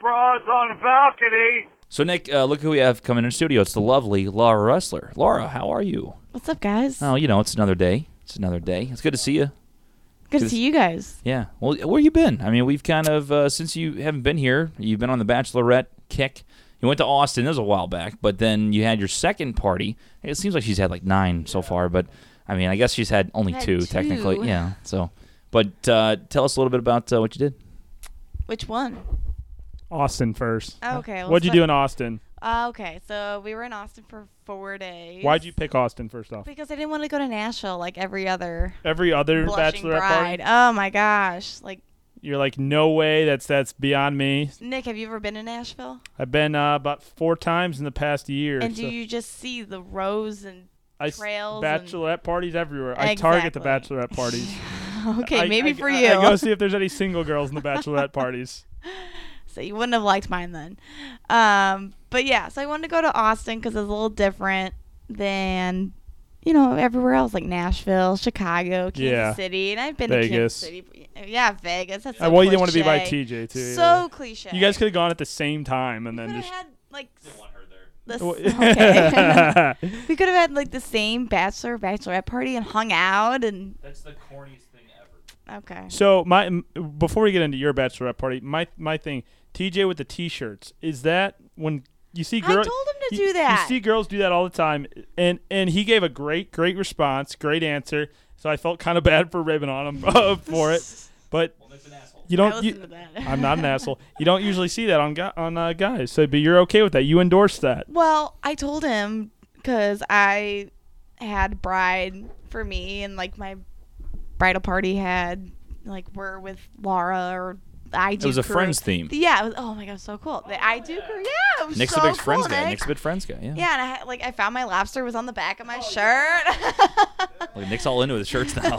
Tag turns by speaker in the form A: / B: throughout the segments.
A: bras on balcony.
B: So, Nick, uh, look who we have coming in studio. It's the lovely Laura Rustler. Laura, how are you?
C: What's up, guys?
B: Oh, you know, it's another day. It's another day. It's good to see you.
C: Good to
B: just-
C: see you guys.
B: Yeah. Well, where you been? I mean, we've kind of uh, since you haven't been here, you've been on the Bachelorette kick. You went to Austin. That was a while back, but then you had your second party. It seems like she's had like nine so far, but I mean, I guess she's had only
C: Had
B: two,
C: two.
B: technically. Yeah. So, but uh, tell us a little bit about uh, what you did.
C: Which one?
D: Austin first.
C: Oh, okay. well,
D: What'd you
C: so-
D: do in Austin?
C: Uh, okay, so we were in Austin for four days.
D: Why'd you pick Austin first off?
C: Because I didn't want to go to Nashville like every other
D: Every other
C: blushing
D: bachelorette
C: bride.
D: party,
C: Oh my gosh! Like
D: you're like, no way. That's that's beyond me.
C: Nick, have you ever been to Nashville?
D: I've been uh, about four times in the past year.
C: And do
D: so
C: you just see the rows and
D: I s-
C: trails and-
D: bachelorette parties everywhere. I target the
C: Exactly.
D: bachelorette parties.
C: okay,
D: I-
C: maybe
D: I-
C: for
D: I-
C: you.
D: I go see if there's any single girls in the bachelorette parties.
C: so you wouldn't have liked mine then. Um, but yeah, so I wanted to go to Austin because it's a little different than you know everywhere else, like Nashville, Chicago, Kansas
D: Yeah.
C: City, and I've been to
D: Vegas.
C: Kansas City. Yeah, Vegas. That's so
D: Uh, well, you didn't want to be by
C: cliche.
D: TJ too.
C: So cliche.
D: yeah. you guys could have gone at the same time and
C: We
D: then
C: coulda
D: just.
C: had like s- the s-
D: Well,
C: okay. we could have had like the same bachelor bachelorette party and hung out and
B: That's the corniest thing ever.
C: okay.
D: So my m- before we get into your bachelorette party, my my thing, TJ with the t-shirts, is that when you see
C: I told
D: girls
C: him to
D: you,
C: do that.
D: You see girls do that all the time, and and he gave a great great response, great answer. So I felt kind of bad for ribbing on him uh, for it, but you
C: I
D: don't.
C: listened to
D: You,
C: that.
D: I'm not an asshole. You don't usually see that on gu- on uh, guys. So, but you're okay with that. You endorse that.
C: Well, I told him because I had bride for me, and like my bridal party had like we're with Laura or the I do.
B: It was a
C: crew.
B: Friends theme.
C: Yeah. It was, oh my god, so cool. The I do crew. Yeah. It was
B: Nick's
C: so
B: a big
C: cool,
B: friends guy.
C: Nick.
B: Nick's a big friends guy. eh? Yeah.
C: yeah, and I had, like I found my lobster was on the back of my shirt.
B: Like, Nick's all into his shirts now.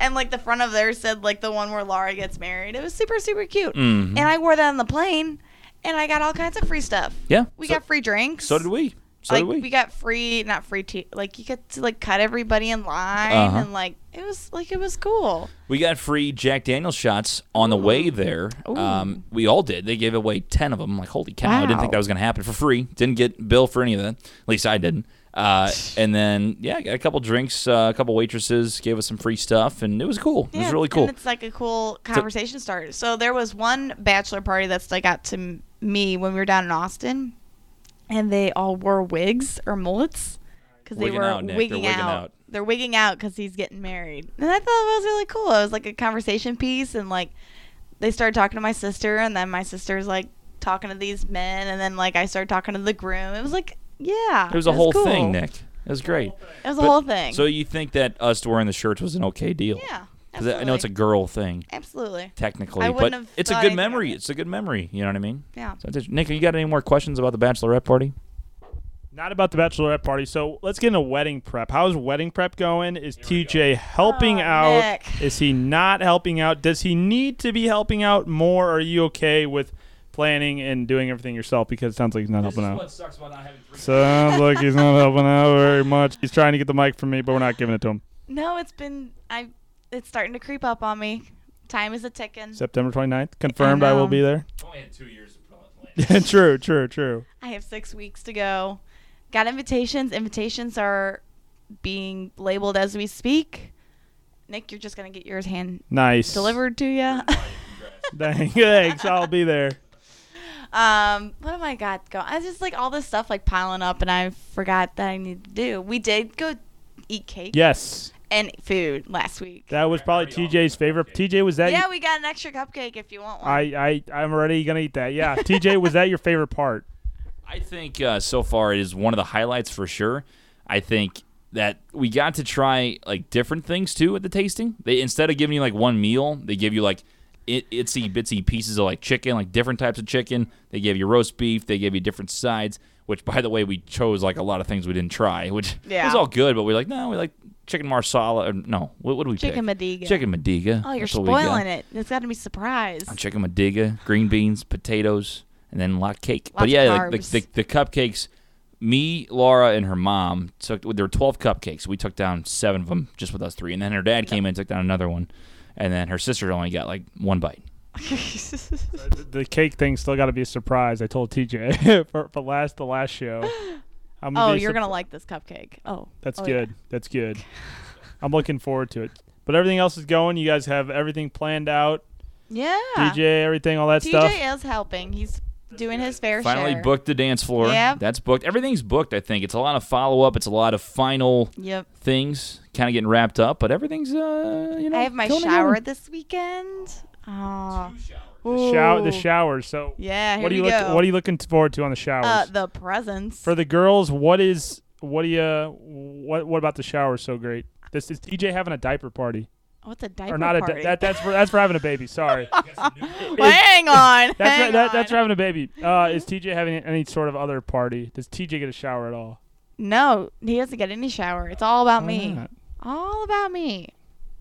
C: and like the front of there said like the one where Laura gets married. It was super super cute.
B: Mhm.
C: And I wore that on the plane, and I got all kinds of free stuff.
B: yeah.
C: We
B: so,
C: got free drinks.
B: So did we. So
C: like
B: did we.
C: got free, not free tea. Like you get to like cut everybody in line,
B: Uh-huh.
C: and like it was like it was cool.
B: We got free Jack Daniels shots on the way there. Um, we all did. They gave away 10 of them. like, holy cow. I didn't think
C: Wow.
B: that was going to happen for free. Didn't get bill for any of that. At least I didn't. Uh, and then, yeah, I got a couple drinks, uh, a couple waitresses gave us some free stuff, and it was cool. it was really cool.
C: And it's like a cool conversation starter. So there was one bachelor party that stuck out to m- me when we were down in Austin, and they all wore wigs or mullets because they
B: Wigging
C: were
B: out, Nick. They're
C: wigging,
B: wigging
C: out.
B: out.
C: They're wigging out because he's getting married, and I thought it was really cool. It was like a conversation piece, and like they started talking to my sister, and then my sister's like talking to these men, and then like I started talking to the groom. It was like, yeah,
B: It was a whole
C: cool.
B: thing, Nick. It was great.
C: It was
B: But-
C: a whole thing.
B: So you think that us wearing the shirts was an okay deal?
C: yeah,
B: 'Cause I- I know it's a girl thing,
C: absolutely
B: technically,
C: I
B: but
C: wouldn't have
B: it's a
C: thought
B: good
C: anything of
B: memory.
C: it.
B: It's a good memory. You know what I mean?
C: yeah.
B: So, did- Nick, you got any more questions about the bachelorette party?
D: Not about the bachelorette party. So let's get into wedding prep. How's wedding prep going? Is TJ helping
C: Oh,
D: out?
C: Nick.
D: Is he not helping out? Does he need to be helping out more? Are you okay with planning and doing everything yourself? Because it sounds like he's not helping out.
B: sucks about not having three.
D: Sounds like he's not helping out very much. He's trying to get the mic from me, but we're not giving it to him.
C: No, it's been I. It's starting to creep up on me. Time is a ticking.
D: September 29th. Confirmed I, will
C: know.
D: be there.
B: only had two years of plan.
D: true, true, true.
C: I have six weeks to go. Got invitations. Invitations are being labeled as we speak. Nick, you're just gonna get yours hand
D: Nice.
C: delivered to you.
D: Dang, thanks. I'll be there.
C: um, what have I got going? I just like all this stuff like piling up, and I forgot that I need to do. We did go eat cake
D: Yes.
C: and food last week.
D: That was probably TJ's favorite. TJ, was that
C: yeah, we got an extra cupcake if you want one.
D: I, I I'm already gonna eat that. Yeah, TJ, was that your favorite part?
B: I think uh, so far it is one of the highlights for sure. I think that we got to try like different things too at the tasting. They instead of giving you like one meal, they give you like it, itsy bitsy pieces of like chicken, like different types of chicken. They gave you roast beef. They gave you different sides. Which, by the way, we chose like a lot of things we didn't try. Which
C: Yeah.
B: was all good, but we are like no, we like chicken marsala. Or, no, what, what do we
C: Chicken
B: pick?
C: Madiga.
B: Chicken Madiga.
C: oh, you're
B: That's what we got.
C: spoiling it. It's got to be surprised.
B: chicken madiga, green beans, potatoes, and then a lot of cake. but
C: of
B: yeah, like,
C: carbs.
B: the, the, the cupcakes. Me, Laura, and her mom took. There were twelve cupcakes. We took down seven of them just with us three, and then her dad came in and took down another one, and then her sister only got like one bite.
D: the, the cake thing still got to be a surprise. I told TJ for, for last the last show. I'm
C: oh,
D: be
C: you're
D: surp-
C: gonna like this cupcake. Oh,
D: That's
C: oh, yeah.
D: good. That's good. I'm looking forward to it. But everything else is going. You guys have everything planned out.
C: Yeah.
D: DJ, everything, all that
C: TJ
D: stuff.
C: is helping. He's doing his fair
B: Finally
C: share.
B: booked the dance floor.
C: Yep.
B: That's booked. Everything's booked, I think. It's a lot of follow up, it's a lot of final
C: Yep.
B: things kind of getting wrapped up, but everything's uh you know.
C: I have my
B: going
C: shower
B: together.
C: this weekend. Oh.
D: The shower. The shower. So
C: Yeah. Here
D: what are you
C: we
D: look,
C: go.
D: what are you looking forward to on the showers?
C: Uh, the presents.
D: for the girls, what is what do you what what about the shower so great? This is TJ having a diaper party
C: What's a diaper
D: or not a
C: party?
D: di- that that's for that's for having a baby. Sorry,
C: Well, hang on.
D: that's
C: Oh, hang
D: for, that, that's for
C: on.
D: having a baby. Uh, is TJ having any sort of other party? Does TJ get a shower at all?
C: No, he doesn't get any shower. It's all about
D: Why
C: me.
D: not?
C: All about me.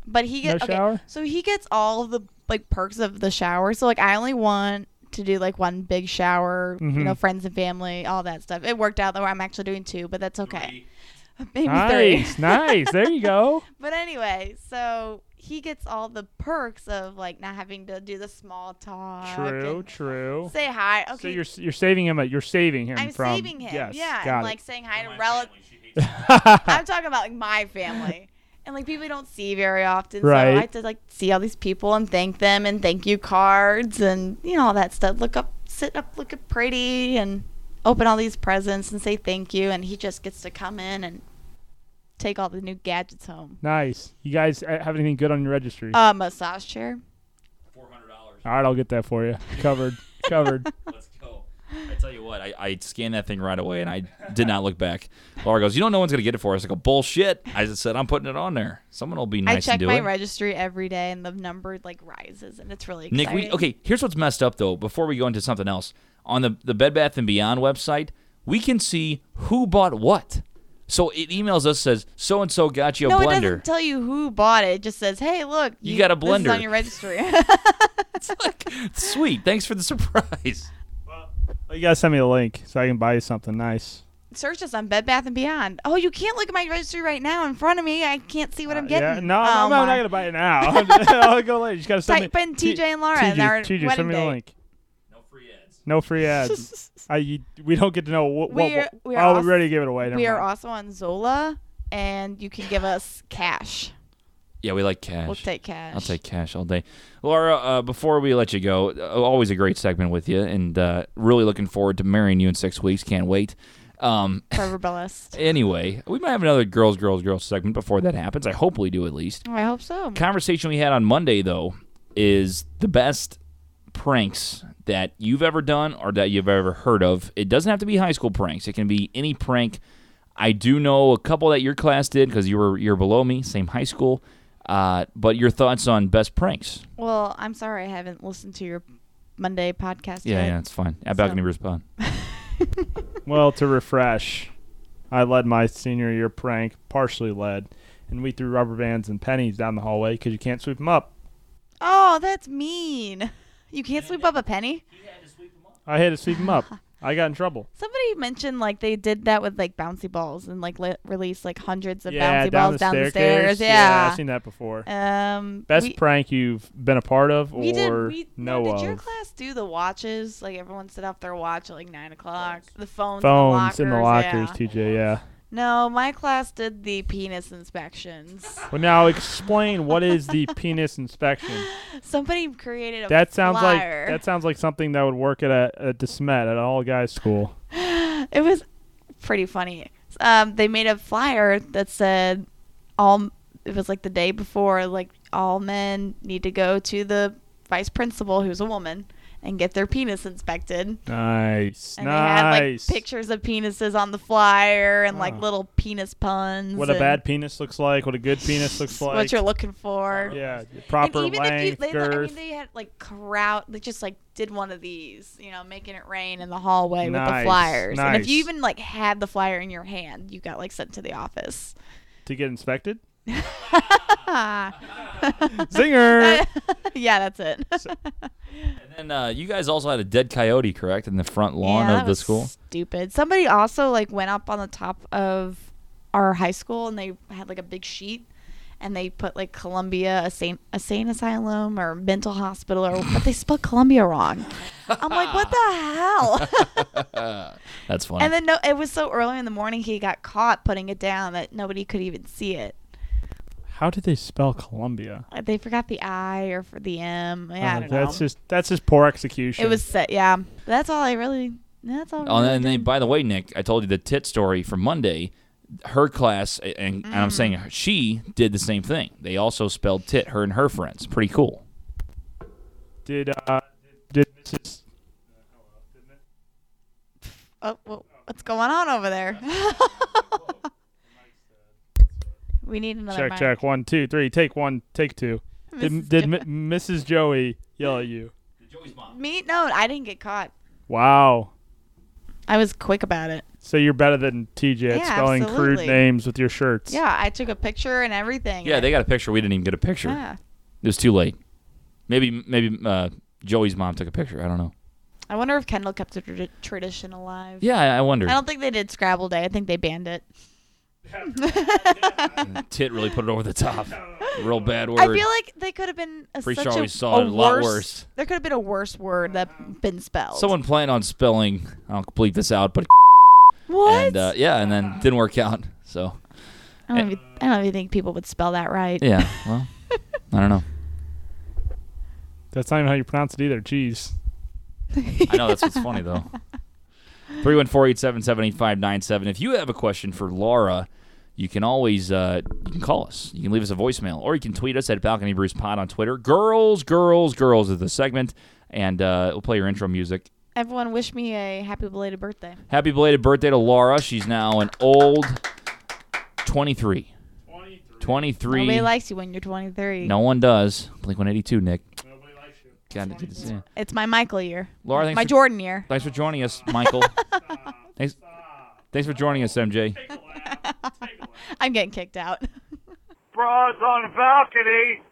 C: But he gets
D: No
C: okay,
D: shower?
C: So he gets all the like perks of the shower. So like I only want to do like one big shower, you
D: Mhm.
C: know, friends and family, all that stuff. It worked out though. I'm actually doing two, but that's okay. Maybe three.
D: Nice, nice. There you go.
C: But anyway, so he gets all the perks of like not having to do the small talk.
D: True,
C: and
D: true.
C: Say hi. Okay.
D: So you're s- you're saving him. A, you're saving him.
C: I'm
D: from,
C: saving him.
D: Yes,
C: yeah.
D: got
C: and
D: it.
C: like saying hi to relatives. I'm talking about like my family. And like people you don't see very often. So
D: Right.
C: I have to like see all these people and thank them and thank you cards and you know all that stuff. Look up sit up looking pretty and open all these presents and say thank you and he just gets to come in and take all the new gadgets home.
D: nice. You guys uh, have anything good on your registry?
C: Uh massage chair.
D: all right, I'll get that for you. Covered, covered.
B: Let's go. I tell you what, I, I scanned that thing right away and I did not look back. Laura goes, You know, no one's going to get it for us. I go, Bullshit. I just said, I'm putting it on there. Someone will be nice
C: I check
B: and do
C: my
B: it.
C: registry every day and the number like rises and it's really
B: Nick,
C: exciting.
B: we, okay, here's what's messed up, though, before we go into something else. On the, the Bed Bath and Beyond website, we can see who bought what. So it emails us, says, So and so got you a
C: No, it
B: blender.
C: doesn't tell you who bought it. It just says, "Hey, look,
B: You got a
C: this is
B: blender."
C: on your registry."
B: Sweet. Thanks for the surprise.
D: Well, you gotta send me the link so I can buy you something nice.
C: Search us on Bed Bath and Beyond. Oh, you can't look at my registry right now in front of me. I can't see what I'm
D: Uh,
C: getting.
D: yeah, no,
C: oh,
D: no, no, I'm
C: my.
D: not gonna buy it now. I'll go later. You just gotta send
C: Type
D: me.
C: in TJ and Laura
D: TJ,
C: and our
D: TJ,
C: wedding
D: send me the
C: date.
D: link.
B: No free ads.
D: No free ads. I, you- we don't get to know what. what,
C: We're-
D: what
C: we are
D: oh,
C: als-
D: we already gave it away. Never
C: We are
D: mind.
C: also on Zola, and you can give us cash.
B: Yeah, we like cash.
C: We'll take cash.
B: I'll take cash all day. Laura, uh, before we let you go, uh, always a great segment with you, and uh, really looking forward to marrying you in six weeks. Can't wait. Um,
C: Trevor Bellis.
B: anyway, we might have another girls, girls, girls segment before that happens. I hope we do at least.
C: Oh, I hope so.
B: Conversation we had on Monday, though, is the best pranks that you've ever done or that you've ever heard of. It doesn't have to be high school pranks, it can be any prank. I do know a couple that your class did because you were you're below me, same high school. Uh, but your thoughts on best pranks?
C: Well, I'm sorry I haven't listened to your Monday podcast
B: Yeah,
C: yet.
B: yeah, it's fine. At Balcony
C: So-
B: Brews Pod.
D: Well, to refresh, I led my senior year prank, partially led, and we threw rubber bands and pennies down the hallway because you can't sweep them up.
C: Oh, that's mean. You can't sweep up a penny.
D: I had to sweep them up. I got in trouble.
C: Somebody mentioned like they did that with like bouncy balls and like le- release like hundreds of
D: yeah,
C: bouncy
D: down,
C: balls
D: the,
C: down the
D: staircase.
C: stairs.
D: I've seen that before.
C: Um,
D: Best
C: we,
D: prank you've been a part of or
C: we did. We,
D: know
C: no, did
D: of?
C: your class do the watches? Like everyone set off their watch at like nine o'clock. The phones,
D: Phones
C: in
D: in
C: the lockers. yeah.
D: TJ. Yeah.
C: No, my class did the penis inspections.
D: Well, now explain what is the penis inspection.
C: Somebody created a
D: That sounds
C: flyer.
D: like that sounds like something that would work at a at DeSmet at an all guys school.
C: it was pretty funny. Um, they made a flyer that said all. It was like the day before. Like all men need to go to the vice principal, who's a woman, and get their penis inspected.
D: Nice,
C: And they had like
D: nice.
C: pictures of penises on the flyer and like
D: Oh.
C: little penis puns.
D: what a
C: and
D: bad penis looks like. What a good penis looks like.
C: what you're looking for.
D: yeah, proper
C: and even if you,
D: length,
C: they, I mean,
D: girth.
C: they had like crowd, they just like did one of these, you know, making it rain in the hallway with the
D: Nice,
C: flyers. And if you
D: nice.
C: even like had the flyer in your hand, you got like sent to the office.
D: to get inspected.
C: Ah. Uh,
D: Zinger.
C: yeah, that's it.
B: And then uh, you guys also had a dead coyote, correct, in the front lawn
C: yeah, that
B: of the
C: was
B: school?
C: Stupid. Somebody also like went up on the top of our high school and they had like a big sheet and they put like Columbia, a sane, a sane asylum or mental hospital, or but they spelled Columbia wrong. I'm like, what the hell?
B: That's funny.
C: and then no, it was so early in the morning he got caught putting it down that nobody could even see it.
D: How did they spell Columbia?
C: Like, They forgot the I or for the M. Yeah, I
D: Uh,
C: don't
D: that's
C: know.
D: just that's just poor execution.
C: It was set. Yeah, that's all I really. That's all. I
B: Oh,
C: really
B: and then,
C: did.
B: by the way, Nick, I told you the tit story from Monday. Her class, and, and I'm saying
C: Mm.
B: she did the same thing. They also spelled tit, her and her friends. Pretty cool.
D: did uh did Mrs.
C: Oh, well, what's going on over there? we need another
D: check
C: mic.
D: check one two three take one take two
C: Mrs.
D: did, did
C: Hmm. Jo-
D: M- Mrs. Joey yell at you?
C: me? No, I didn't get caught.
D: Wow.
C: I was quick about it.
D: So you're better than TJ at
C: Yeah,
D: spelling
C: absolutely.
D: crude names with your shirts.
C: Yeah, I took a picture and everything.
B: Yeah, they got a picture. We didn't even get a picture.
C: Yeah,
B: It was too late. Maybe, maybe uh, Joey's mom took a picture. I don't know.
C: I wonder if Kendall kept the tra- tradition alive.
B: Yeah, I, I wonder.
C: I don't think they did Scrabble Day. I think they banned it.
B: tit really put it over the top. Real bad word.
C: I feel like they could have been a,
B: Pretty
C: such
B: sure
C: a,
B: we saw it a lot
C: worse,
B: worse.
C: There could have been a worse word that been spelled.
B: Someone planned on spelling. I'll bleep this out, but
C: what?
B: and uh, yeah, and then didn't work out. So
C: I don't, even, I don't even think people would spell that right.
B: yeah, well, I don't know.
D: That's not even how you pronounce it either. Jeez.
B: I know that's what's funny though. 314-877-8597. If you have a question for Laura, you can always uh, you can call us. You can leave us a voicemail or you can tweet us at Balcony Bruce Pod on Twitter. Girls, girls, girls is the segment, and uh, we'll play your intro music.
C: Everyone, wish me a happy belated birthday.
B: Happy belated birthday to Laura. She's now an old 23. 23.
C: Nobody likes you when you're 23.
B: no one does. Blink 182, Nick. God, did this- yeah.
C: It's my Michael year.
B: Laura, thanks
C: my
B: for-
C: Jordan year.
B: Thanks for joining us, Michael. thanks, thanks for joining us, MJ.
C: I'm getting kicked out.
A: Bras on balcony.